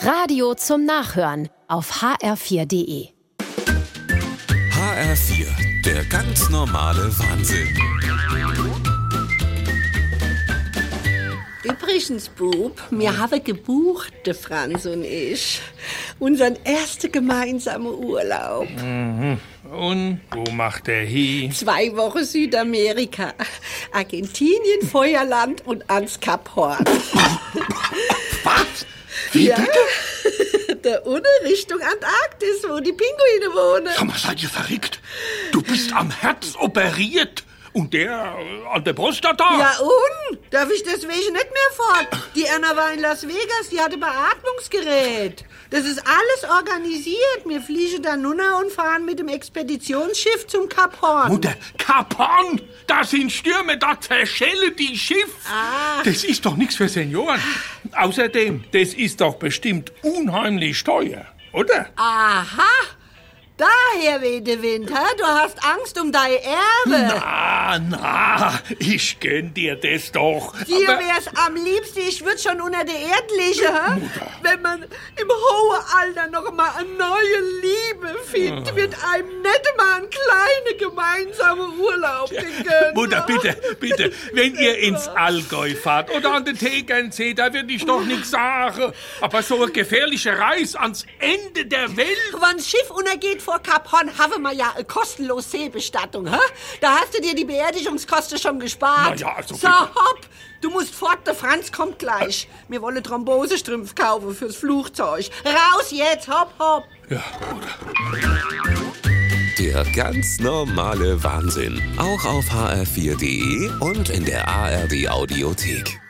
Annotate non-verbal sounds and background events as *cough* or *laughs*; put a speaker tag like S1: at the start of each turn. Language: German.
S1: Radio zum Nachhören auf hr4.de.
S2: HR4, der ganz normale Wahnsinn.
S3: Übrigens, Bub, wir haben gebucht, der Franz und ich, unseren ersten gemeinsamen Urlaub.
S4: Und wo macht er hi?
S3: Zwei Wochen Südamerika, Argentinien, Feuerland und ans Kap Horn.
S4: Was?
S3: ja, *laughs* der Unne Richtung Antarktis, wo die Pinguine wohnen.
S4: Sag mal, seid ihr verrückt? Du bist am Herz operiert und der äh, an der Prostata.
S3: Ja, und? Darf ich deswegen nicht mehr fort? Die Anna war in Las Vegas, die hatte Beatmungsgerät. Das ist alles organisiert. Wir fliegen da nunna und fahren mit dem Expeditionsschiff zum Kap Horn.
S4: Mutter, Kapan, da sind Stürme, da zerschellen die Schiff.
S3: Ah.
S4: Das ist doch nichts für Senioren. Außerdem, das ist doch bestimmt unheimlich teuer, oder?
S3: Aha! Daher weht der Wind, hä? Du hast Angst um deine Erbe.
S4: Ah, na, ich gönn dir das doch.
S3: Dir
S4: Aber-
S3: wär's am liebsten, ich würd schon unter der Erde liegen, hä? Wenn man im hohen Alter noch mal eine neue Liebe
S4: Ah.
S3: findet, wird einem nicht mal ein kleiner gemeinsamer Urlaub gegönnt.
S4: Mutter, bitte, bitte, wenn ihr ins Allgäu fahrt oder an den Tegernsee, da würde ich doch nichts sagen. Aber so eine gefährliche Reise ans Ende der Welt.
S3: Wenn's Schiff untergeht vor Kap Horn, haben wir ja eine kostenlose Seebestattung, hä? Da hast du dir die Beerdigungskosten schon
S4: Na
S3: gespart.
S4: ja, also
S3: so,
S4: bitte.
S3: hopp! Du musst fort, der Franz kommt gleich. Wir wollen Thrombosestrümpf kaufen fürs Flugzeug. Raus jetzt, hopp, hopp!
S2: Der ganz normale Wahnsinn. Auch auf hr4.de und in der ARD-Audiothek.